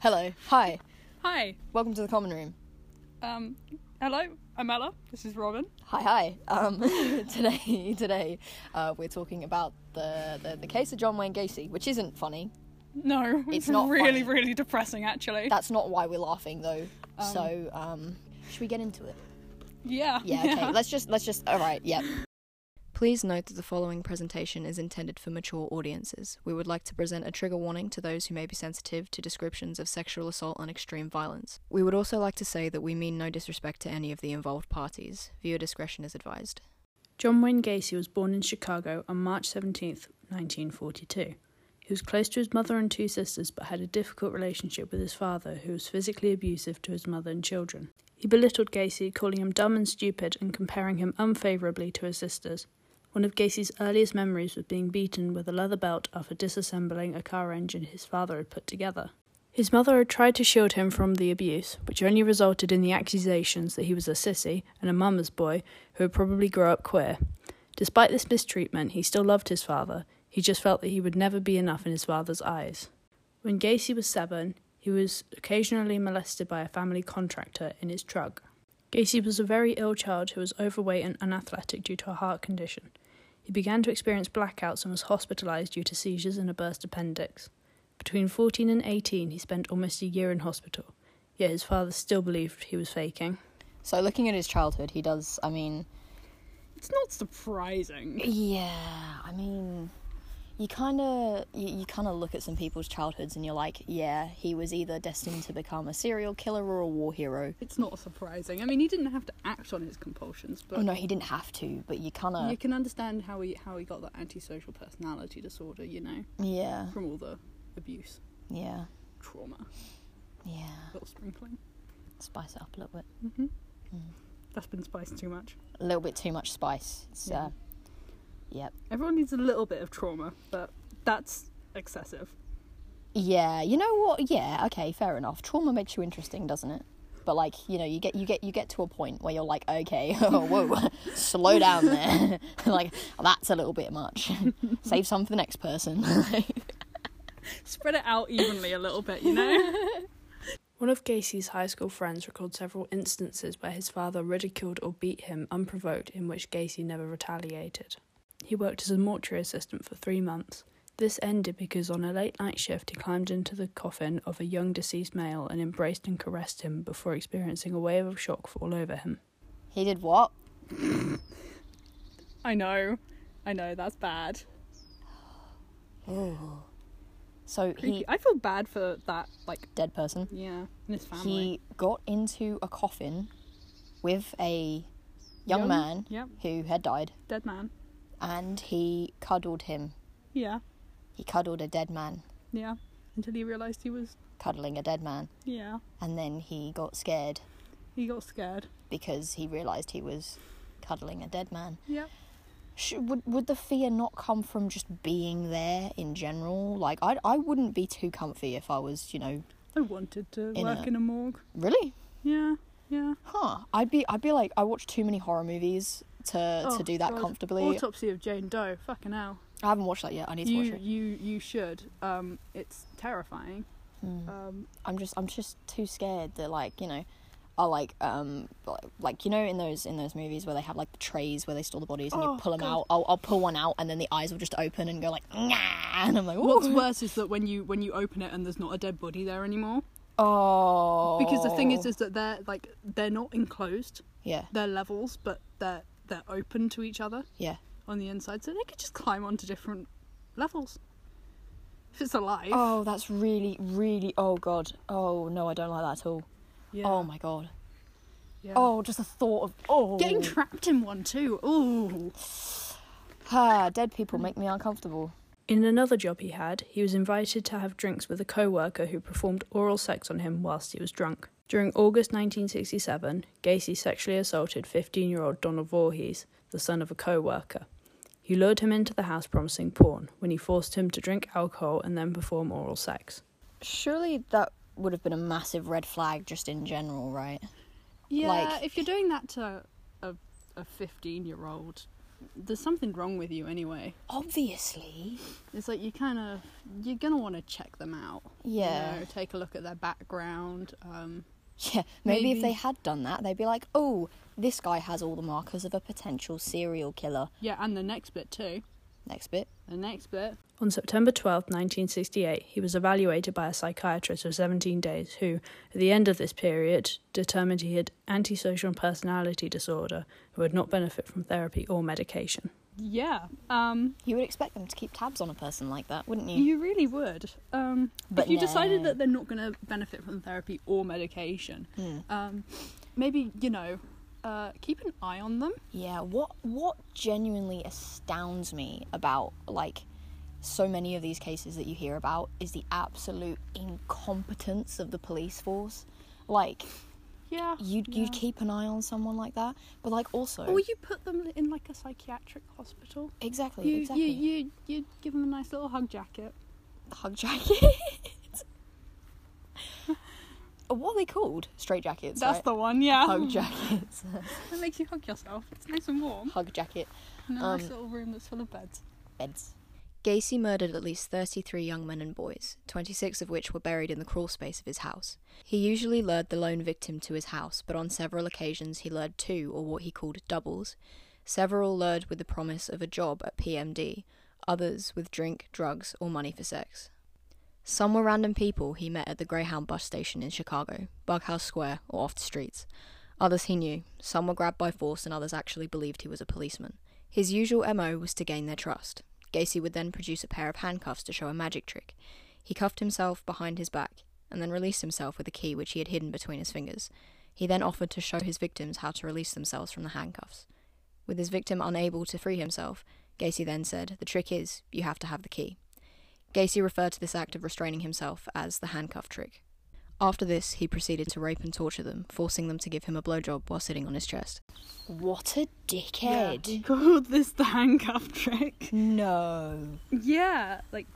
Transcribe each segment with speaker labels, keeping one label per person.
Speaker 1: Hello. Hi.
Speaker 2: Hi.
Speaker 1: Welcome to the common room.
Speaker 2: Um, hello. I'm Ella. This is Robin.
Speaker 1: Hi, hi. Um, today, today, uh, we're talking about the, the the case of John Wayne Gacy, which isn't funny.
Speaker 2: No,
Speaker 1: It's not
Speaker 2: really,
Speaker 1: funny.
Speaker 2: really depressing, actually.
Speaker 1: That's not why we're laughing though. so, um, should we get into it?
Speaker 2: yeah.
Speaker 1: Yeah. Okay. let's just let's just. All right. Yep. Please note that the following presentation is intended for mature audiences. We would like to present a trigger warning to those who may be sensitive to descriptions of sexual assault and extreme violence. We would also like to say that we mean no disrespect to any of the involved parties. Viewer discretion is advised.
Speaker 3: John Wayne Gacy was born in Chicago on March 17, 1942. He was close to his mother and two sisters, but had a difficult relationship with his father, who was physically abusive to his mother and children. He belittled Gacy, calling him dumb and stupid and comparing him unfavorably to his sisters. One of Gacy's earliest memories was being beaten with a leather belt after disassembling a car engine his father had put together. His mother had tried to shield him from the abuse, which only resulted in the accusations that he was a sissy and a mama's boy who would probably grow up queer. Despite this mistreatment, he still loved his father. He just felt that he would never be enough in his father's eyes. When Gacy was seven, he was occasionally molested by a family contractor in his truck. Gacy was a very ill child who was overweight and unathletic due to a heart condition. He began to experience blackouts and was hospitalized due to seizures and a burst appendix. Between 14 and 18, he spent almost a year in hospital, yet his father still believed he was faking.
Speaker 1: So looking at his childhood, he does. I mean,
Speaker 2: It's not surprising.
Speaker 1: yeah. I mean, you kind of you, you kind of look at some people's childhoods and you're like, yeah, he was either destined to become a serial killer or a war hero.
Speaker 2: It's not surprising. I mean, he didn't have to act on his compulsions, but
Speaker 1: Oh no, he didn't have to, but you kind
Speaker 2: you
Speaker 1: of
Speaker 2: can understand how he how he got that antisocial personality disorder. You know,
Speaker 1: yeah,
Speaker 2: from all the abuse,
Speaker 1: yeah,
Speaker 2: trauma,
Speaker 1: yeah.
Speaker 2: little sprinkling.
Speaker 1: Spice it up a little bit.
Speaker 2: That's been spiced too much.
Speaker 1: A little bit too much spice. It's,
Speaker 2: Yeah.
Speaker 1: uh, yep.
Speaker 2: Everyone needs a little bit of trauma, but that's excessive.
Speaker 1: Yeah, you know what? Yeah, okay, fair enough. Trauma makes you interesting, doesn't it? But like, you know, you get you get you get to a point where you're like, okay, oh, whoa, slow down there. like that's a little bit much. Save some for the next person.
Speaker 2: Spread it out evenly a little bit. You know.
Speaker 3: One of Gacy's high school friends recalled several instances where his father ridiculed or beat him unprovoked, in which Gacy never retaliated. He worked as a mortuary assistant for three months. This ended because on a late night shift, he climbed into the coffin of a young deceased male and embraced and caressed him before experiencing a wave of shock fall over him.
Speaker 1: he did what?
Speaker 2: I know. I know. That's bad.
Speaker 1: So
Speaker 2: Creepy.
Speaker 1: he
Speaker 2: I feel bad for that. Like
Speaker 1: dead person.
Speaker 2: Yeah, and his family.
Speaker 1: He got into a coffin with a young,
Speaker 2: Young-
Speaker 1: man
Speaker 2: yep.
Speaker 1: who had died
Speaker 2: Dead man.
Speaker 1: and he cuddled him.
Speaker 2: Yeah,
Speaker 1: He cuddled a dead man,
Speaker 2: yeah. Until he realised he was.
Speaker 1: cuddling a dead man,
Speaker 2: Yeah,
Speaker 1: and then he got scared
Speaker 2: he got scared.
Speaker 1: because he realized he was cuddling a dead man.
Speaker 2: Yeah.
Speaker 1: Sh- would would the fear not come from just being there in general? Like I I wouldn't be too comfy if I was you know
Speaker 2: I wanted to
Speaker 1: In
Speaker 2: work
Speaker 1: a-
Speaker 2: in a morgue.
Speaker 1: really
Speaker 2: Yeah, yeah.
Speaker 1: huh I'd be I'd be like I watch too many horror movies to
Speaker 2: Oh,
Speaker 1: to do that
Speaker 2: God.
Speaker 1: comfortably.
Speaker 2: Autopsy of Jane Doe. Fucking hell.
Speaker 1: I haven't watched that yet. I need to
Speaker 2: You,
Speaker 1: watch it.
Speaker 2: you, you should. Um, it's terrifying.
Speaker 1: Hmm.
Speaker 2: Um,
Speaker 1: I'm just I'm just too scared that like you know, I like um like you know in those in those movies where they have like the trays where they store the bodies and
Speaker 2: Oh,
Speaker 1: you pull them
Speaker 2: God.
Speaker 1: out. I'll, I'll pull one out and then the eyes will just open and go like nah, and I'm like
Speaker 2: what's
Speaker 1: "Ooh."
Speaker 2: worse is that when you when you open it and there's not a dead body there anymore.
Speaker 1: oh
Speaker 2: Because the thing is, is that they're like they're not enclosed.
Speaker 1: yeah
Speaker 2: They're levels, but they're they're open to each other.
Speaker 1: yeah
Speaker 2: on the inside, so they could just climb onto different levels. If it's alive,
Speaker 1: oh that's really really oh god oh no I don't like that at all
Speaker 2: yeah.
Speaker 1: oh my god
Speaker 2: yeah.
Speaker 1: oh just the thought of oh
Speaker 2: getting trapped in one too. Ooh,
Speaker 1: ah, dead people make me uncomfortable
Speaker 3: In another job he had, he was invited to have drinks with a co worker who performed oral sex on him whilst he was drunk. During August 1967, Gacy sexually assaulted 15 year old Donald Voorhees, the son of a co worker. He lured him into the house promising porn, when he forced him to drink alcohol and then perform oral sex.
Speaker 1: surely that would have been a massive red flag just in general right
Speaker 2: yeah.
Speaker 1: Like-
Speaker 2: if you're doing that to a a 15 year old, there's something wrong with you anyway.
Speaker 4: Obviously.
Speaker 2: It's like you kind of you're gonna want to check them out. you
Speaker 4: Yeah.
Speaker 2: know, take a look at their background. Um,
Speaker 4: Yeah, maybe, if they
Speaker 2: Maybe.
Speaker 4: had done that, they'd be like, oh, this guy has all the markers of a potential serial killer.
Speaker 2: yeah, and the next bit too.
Speaker 4: Next bit.
Speaker 2: The next bit.
Speaker 3: On September 12, 1968, he was evaluated by a psychiatrist for 17 days, who, at the end of this period, determined he had antisocial personality disorder and would not benefit from therapy or medication.
Speaker 2: Yeah. Um,
Speaker 4: You would expect them to keep tabs on a person like that, wouldn't you?
Speaker 2: you really would. Um,
Speaker 4: But
Speaker 2: if you
Speaker 4: no.
Speaker 2: decided that they're not gonna benefit from therapy or medication,
Speaker 4: Hmm.
Speaker 2: um, maybe you know, uh, keep an eye on them.
Speaker 4: Yeah, what what genuinely astounds me about like so many of these cases that you hear about is the absolute incompetence of the police force. Like
Speaker 2: Yeah.
Speaker 4: you'd
Speaker 2: yeah.
Speaker 4: you'd keep an eye on someone like that, but like also
Speaker 2: Or you put them in like a psychiatric hospital.
Speaker 4: exactly
Speaker 2: You,
Speaker 4: exactly
Speaker 2: you you you give them a nice little hug jacket.
Speaker 4: hug jacket. what are they called? Straight jackets.
Speaker 2: That's
Speaker 4: right?
Speaker 2: the one. Yeah.
Speaker 4: hug jackets.
Speaker 2: It makes you hug yourself. It's nice and warm.
Speaker 4: hug jacket.
Speaker 2: In a
Speaker 4: Um,
Speaker 2: nice little room that's full of beds.
Speaker 4: beds. Gacy murdered at least 33 young men and boys, 26 of which were buried in the crawl space of his house. He usually lured the lone victim to his house, but on several occasions he lured two, or what he called doubles. Several lured with the promise of a job at PMD, others with drink, drugs, or money for sex. Some were random people he met at the Greyhound bus station in Chicago, Bughouse Square, or off the streets. Others he knew. Some were grabbed by force, and others actually believed he was a policeman. His usual MO was to gain their trust. Gacy would then produce a pair of handcuffs to show a magic trick. He cuffed himself behind his back and then released himself with a key which he had hidden between his fingers. He then offered to show his victims how to release themselves from the handcuffs. With his victim unable to free himself, Gacy then said, The trick is, you have to have the key. Gacy referred to this act of restraining himself as the handcuff trick. After this, he proceeded to rape and torture them, forcing them to give him a blowjob while sitting on his chest. What a
Speaker 2: Yeah,
Speaker 4: dickhead!
Speaker 2: he called this the handcuff trick.
Speaker 4: No.
Speaker 2: Yeah, like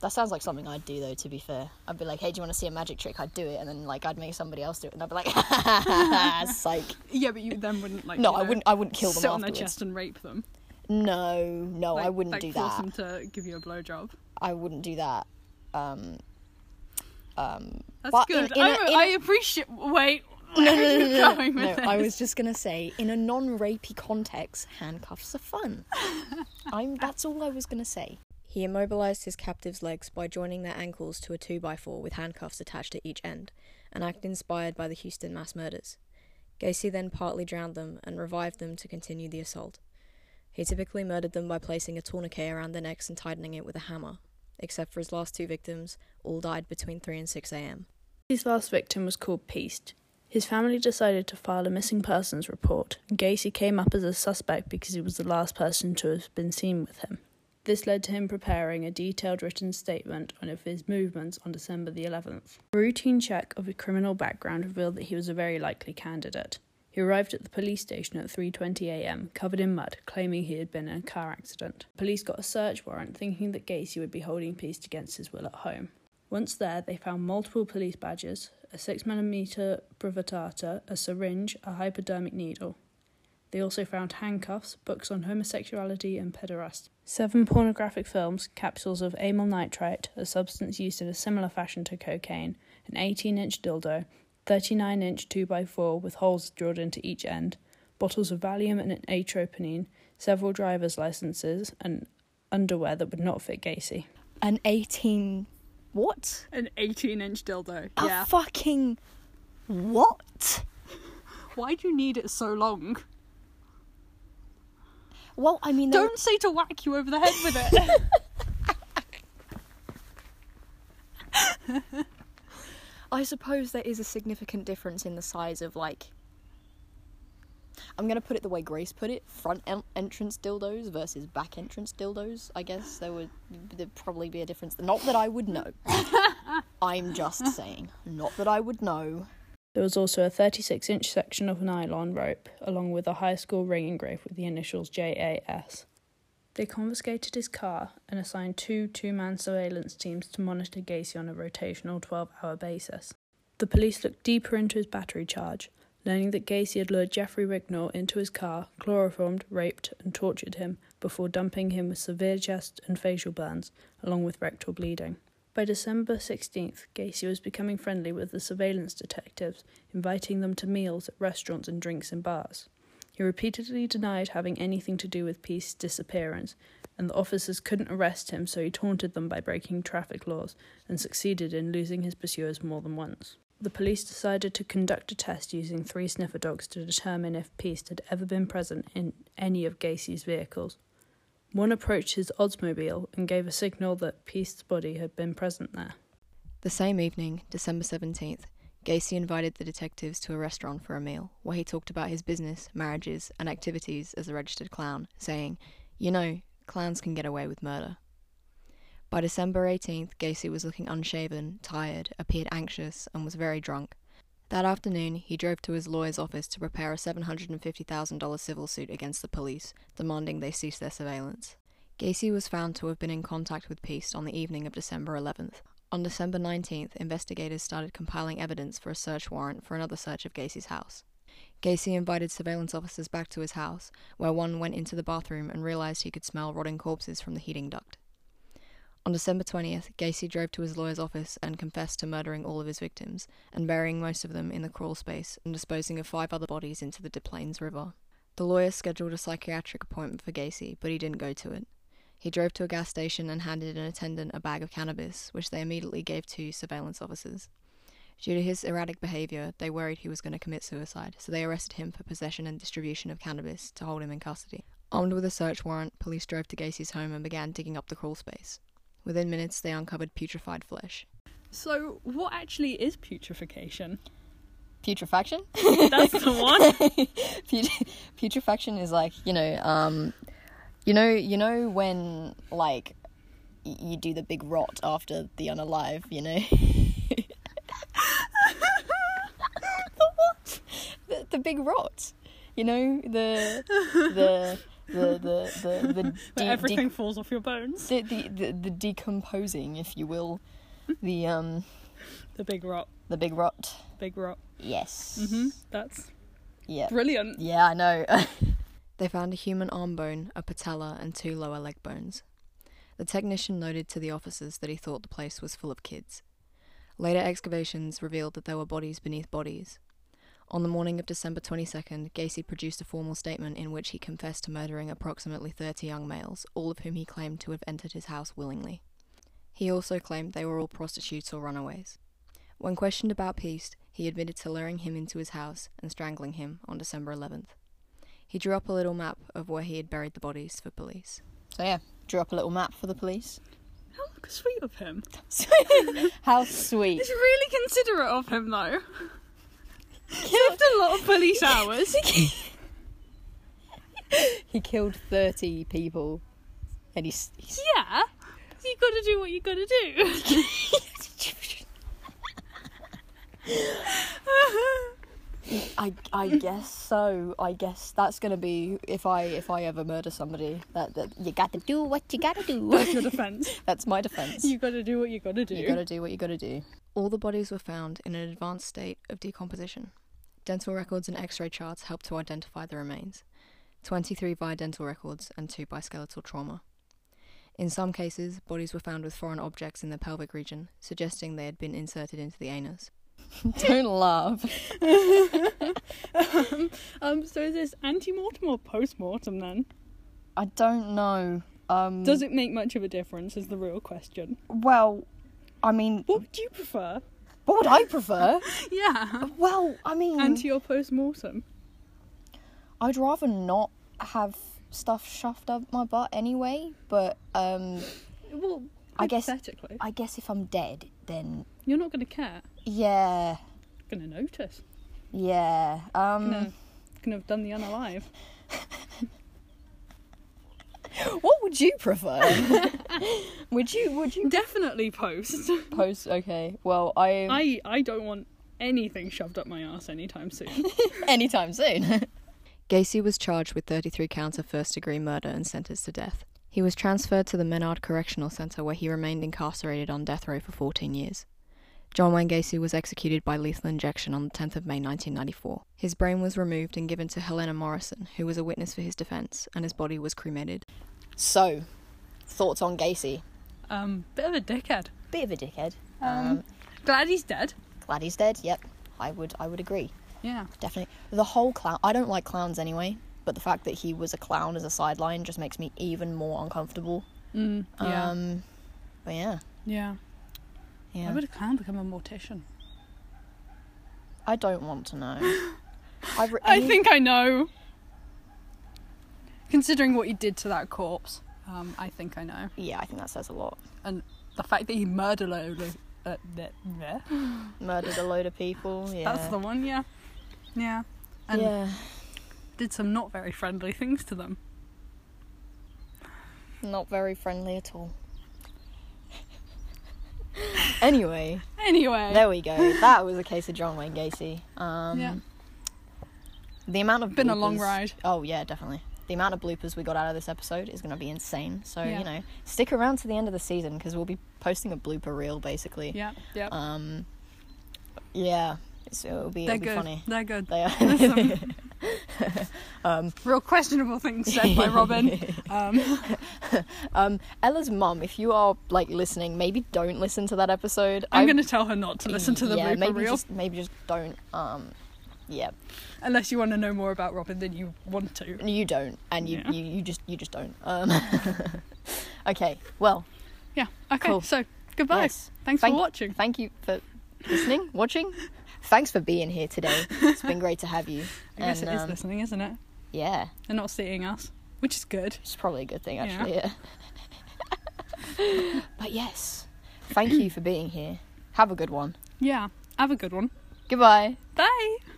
Speaker 4: That sounds like something I'd do though, to be fair. I'd be like, hey, do you want to see a magic trick? I'd do it, and then like I'd make somebody else do it, and I'd be like, psych.
Speaker 2: yeah, but you then wouldn't like.
Speaker 4: No,
Speaker 2: you
Speaker 4: I
Speaker 2: know,
Speaker 4: wouldn't. I wouldn't kill them
Speaker 2: sit on
Speaker 4: afterwards.
Speaker 2: their chest and rape them.
Speaker 4: No, no, Oh, I
Speaker 2: Like-
Speaker 4: wouldn't
Speaker 2: like
Speaker 4: do
Speaker 2: force
Speaker 4: that.
Speaker 2: them to give you a blowjob.
Speaker 4: I wouldn't do that. Um, um,
Speaker 2: That's
Speaker 4: but in-
Speaker 2: good.
Speaker 4: in a-
Speaker 2: I,
Speaker 4: in a-
Speaker 2: I appreciate. Wait,
Speaker 4: no,
Speaker 2: where
Speaker 4: no,
Speaker 2: are you
Speaker 4: no, no, no,
Speaker 2: going with
Speaker 4: no.
Speaker 2: this?
Speaker 4: I was just gonna say, in a non-rapey context, handcuffs are fun. I'm. That's all I was gonna say. He immobilized his captive's legs by joining their ankles to a two by four with handcuffs attached at each end, an act inspired by the Houston mass murders. Gacy then partly drowned them and revived them to continue the assault. He typically murdered them by placing a tourniquet around their necks and tightening it with a hammer. Except for his last two victims, all died between 3 and 6 a.m.
Speaker 3: His last victim was called Peast. His family decided to file a missing persons report, and Gacy came up as a suspect because he was the last person to have been seen with him. This led to him preparing a detailed written statement on of his movements on December the 11th. A routine check of his criminal background revealed that he was a very likely candidate. He arrived at the police station at 3:20 a.m., covered in mud, claiming he had been in a car accident. Police got a search warrant, thinking that Gacy would be holding Peast against his will at home. Once there, they found multiple police badges, a 6mm brevetata, a syringe, a hypodermic needle. They also found handcuffs, books on homosexuality and pederasty, seven pornographic films, capsules of amyl nitrite, a substance used in a similar fashion to cocaine, an 18 inch dildo, 39 inch 2x4 with holes drilled into each end, bottles of Valium and atropanine, several driver's licenses, and underwear that would not fit Gacy.
Speaker 4: An 18. What?
Speaker 2: An 18-inch dildo.
Speaker 4: A
Speaker 2: yeah.
Speaker 4: fucking. What?
Speaker 2: Why do you need it so long?
Speaker 4: Well, I mean, they were-
Speaker 2: Don't say to whack you over the head with it.
Speaker 4: I suppose there is a significant difference in the size of like. I'm gonna put it the way Grace put it: front en- entrance dildos versus back entrance dildos. I guess there would there'd probably be a difference. Not that I would know. I'm just saying, not that I would know.
Speaker 3: There was also a 36 inch section of nylon rope, along with a high school ring engraved with the initials JAS. They confiscated his car and assigned two two man surveillance teams to monitor Gacy on a rotational 12 hour basis. The police looked deeper into his battery charge, Learning that Gacy had lured Jeffrey Rignall into his car, chloroformed, raped, and tortured him before dumping him with severe chest and facial burns, along with rectal bleeding. By December 16th, Gacy was becoming friendly with the surveillance detectives, inviting them to meals at restaurants and drinks in bars. He repeatedly denied having anything to do with Peace's disappearance, and the officers couldn't arrest him, so he taunted them by breaking traffic laws and succeeded in losing his pursuers more than once. The police decided to conduct a test using three sniffer dogs to determine if Peace had ever been present in any of Gacy's vehicles. One approached his Oldsmobile and gave a signal that Peace's body had been present there.
Speaker 4: The same evening, December 17th, Gacy invited the detectives to a restaurant for a meal, where he talked about his business, marriages, and activities as a registered clown, saying, You know, clowns can get away with murder. By December 18th, Gacy was looking unshaven, tired, appeared anxious, and was very drunk. That afternoon, he drove to his lawyer's office to prepare a $750,000 civil suit against the police, demanding they cease their surveillance. Gacy was found to have been in contact with Peace on the evening of December 11th. On December 19th, investigators started compiling evidence for a search warrant for another search of Gacy's house. Gacy invited surveillance officers back to his house, where one went into the bathroom and realized he could smell rotting corpses from the heating duct. On December 20th, Gacy drove to his lawyer's office and confessed to murdering all of his victims and burying most of them in the crawl space and disposing of five other bodies into the De Plaines River. The lawyer scheduled a psychiatric appointment for Gacy, but he didn't go to it. He drove to a gas station and handed an attendant a bag of cannabis, which they immediately gave to surveillance officers. Due to his erratic behavior, they worried he was going to commit suicide, so they arrested him for possession and distribution of cannabis to hold him in custody. Armed with a search warrant, police drove to Gacy's home and began digging up the crawl space. Within minutes, they uncovered putrefied flesh.
Speaker 2: So, what actually is putrefaction?
Speaker 4: Putrefaction?
Speaker 2: That's the one.
Speaker 4: Put- putrefaction is like you know, um, you know, you know when like y- you do the big rot after the unalive, you know. the what? The, the big rot. You know the the the the the, the
Speaker 2: Where
Speaker 4: de-
Speaker 2: everything falls off your bones.
Speaker 4: de- the, the the decomposing, if you will,
Speaker 2: Mm-hmm.
Speaker 4: the um
Speaker 2: The big rock.
Speaker 4: the big rot.
Speaker 2: Big rock.
Speaker 4: Yes.
Speaker 2: hmm That's
Speaker 4: Yeah.
Speaker 2: brilliant.
Speaker 4: Yeah, I know. they found a human arm bone, a patella, and two lower leg bones. The technician noted to the officers that he thought the place was full of kids. Later excavations revealed that there were bodies beneath bodies. On the morning of December 22nd, Gacy produced a formal statement in which he confessed to murdering approximately 30 young males, all of whom he claimed to have entered his house willingly. He also claimed they were all prostitutes or runaways. When questioned about Peast, he admitted to luring him into his house and strangling him on December 11th. He drew up a little map of where he had buried the bodies for police. So yeah, drew up a little map for the police.
Speaker 2: How sweet of him.
Speaker 4: How sweet!
Speaker 2: It's really considerate of him, though. Lived a lot of police hours.
Speaker 4: He killed 30 people, and he's. he's...
Speaker 2: yeah. You gotta do what you gotta do.
Speaker 4: I I guess so. I guess that's gonna be if I if I ever murder somebody. That that you gotta do what you gotta do.
Speaker 2: That's your defence.
Speaker 4: that's my defense.
Speaker 2: You gotta do what you gotta do.
Speaker 4: You gotta do what you gotta do. All the bodies were found in an advanced state of decomposition. Dental records and x ray charts helped to identify the remains 23 by dental records and 2 by skeletal trauma. In some cases, bodies were found with foreign objects in the pelvic region, suggesting they had been inserted into the anus. Don't laugh.
Speaker 2: Um, so is this anti-mortem or post-mortem then?
Speaker 4: I don't know. Um,
Speaker 2: Does it make much of a difference is the real question.
Speaker 4: well, I mean,
Speaker 2: What would you prefer?
Speaker 4: what would I prefer?
Speaker 2: Yeah.
Speaker 4: well, I mean,
Speaker 2: Anti or post-mortem?
Speaker 4: I'd rather not have stuff shoved up my butt anyway, but um,
Speaker 2: Well,
Speaker 4: I guess-
Speaker 2: hypothetically.
Speaker 4: I guess if I'm dead, then
Speaker 2: You're not gonna care.
Speaker 4: yeah,
Speaker 2: Gonna notice.
Speaker 4: yeah. Um,
Speaker 1: Mm.
Speaker 2: Gonna, gonna have done the unalive. Hmm.
Speaker 4: what would you prefer? would you would you
Speaker 2: Definitely post.
Speaker 4: post? Okay, well, I,
Speaker 2: I I don't want anything shoved up my ass anytime soon.
Speaker 4: anytime soon. Gacy was charged with 33 counts of first degree murder and sentenced to death. He was transferred to the Menard Correctional Center where he remained incarcerated on death row for 14 years. John Wayne Gacy was executed by lethal injection on the 10th of May 1994. His brain was removed and given to Helena Morrison, who was a witness for his defense, and his body was cremated.
Speaker 1: So, thoughts on Gacy?
Speaker 2: Um, bit of a dickhead.
Speaker 1: Bit of a dickhead.
Speaker 2: Um,
Speaker 1: Um,
Speaker 2: Glad he's dead.
Speaker 1: glad he's dead. Yep, I would. I would agree.
Speaker 2: Yeah.
Speaker 1: Definitely. The whole clown. I don't like clowns anyway, but the fact that he was a clown as a sideline just makes me even more uncomfortable.
Speaker 2: Mm, yeah.
Speaker 1: Um, but yeah,
Speaker 2: yeah.
Speaker 1: yeah.
Speaker 2: Why would a clown become a mortician?
Speaker 1: I don't want to know. I, re-
Speaker 2: I think I know. Considering what he did to that corpse, um, I think I know.
Speaker 1: Yeah, I think that says a lot.
Speaker 2: The fact that he murdered a load of- uh, th- there.
Speaker 1: Murdered a load of people. Yeah.
Speaker 2: That's the one, yeah. Yeah. And
Speaker 1: yeah.
Speaker 2: did some not very friendly things to them.
Speaker 1: Not very friendly at all. anyway,
Speaker 2: Anyway.
Speaker 1: there we go. That was a case of John Wayne Gacy. Um,
Speaker 2: Yeah.
Speaker 1: The amount of
Speaker 2: Been a long
Speaker 1: bloopers-
Speaker 2: ride.
Speaker 1: Oh yeah, definitely. The amount of bloopers we got out of this episode is going to be insane. So
Speaker 2: Yeah.
Speaker 1: you know, stick around to the end of the season because we'll be posting a blooper reel basically.
Speaker 2: Yeah, yeah.
Speaker 1: Um. Yeah. So it'll be,
Speaker 2: They're
Speaker 1: it'll be
Speaker 2: good.
Speaker 1: funny.
Speaker 2: They're good.
Speaker 1: They are.
Speaker 2: There's some real questionable things said by Robin. Um,
Speaker 1: Um, Ella's mum, if you are like listening, maybe don't listen to that episode.
Speaker 2: I'm
Speaker 1: I-
Speaker 2: going to tell her not to listen to the
Speaker 1: yeah,
Speaker 2: blooper
Speaker 1: maybe
Speaker 2: reel
Speaker 1: just maybe just don't. Um, yeah,
Speaker 2: unless you want to know more about Robin than you want to.
Speaker 1: you don't, and you,
Speaker 2: Yeah.
Speaker 1: you, you just you just don't. Um, okay, well,
Speaker 2: Yeah. Okay.
Speaker 1: Cool.
Speaker 2: So goodbye.
Speaker 1: Yes.
Speaker 2: Thanks
Speaker 1: Thank-
Speaker 2: for watching.
Speaker 1: thank you for listening, watching. Thanks for being here today. It's been great to have you.
Speaker 2: I guess
Speaker 1: and,
Speaker 2: it is
Speaker 1: um,
Speaker 2: listening, isn't it?
Speaker 1: Yeah,
Speaker 2: They're not seeing us, which is good.
Speaker 1: it's probably a good thing
Speaker 2: Yeah.
Speaker 1: actually. Yeah. but yes, thank you for being here. Have a good one.
Speaker 2: Yeah. Have a good one.
Speaker 1: Goodbye.
Speaker 2: Bye.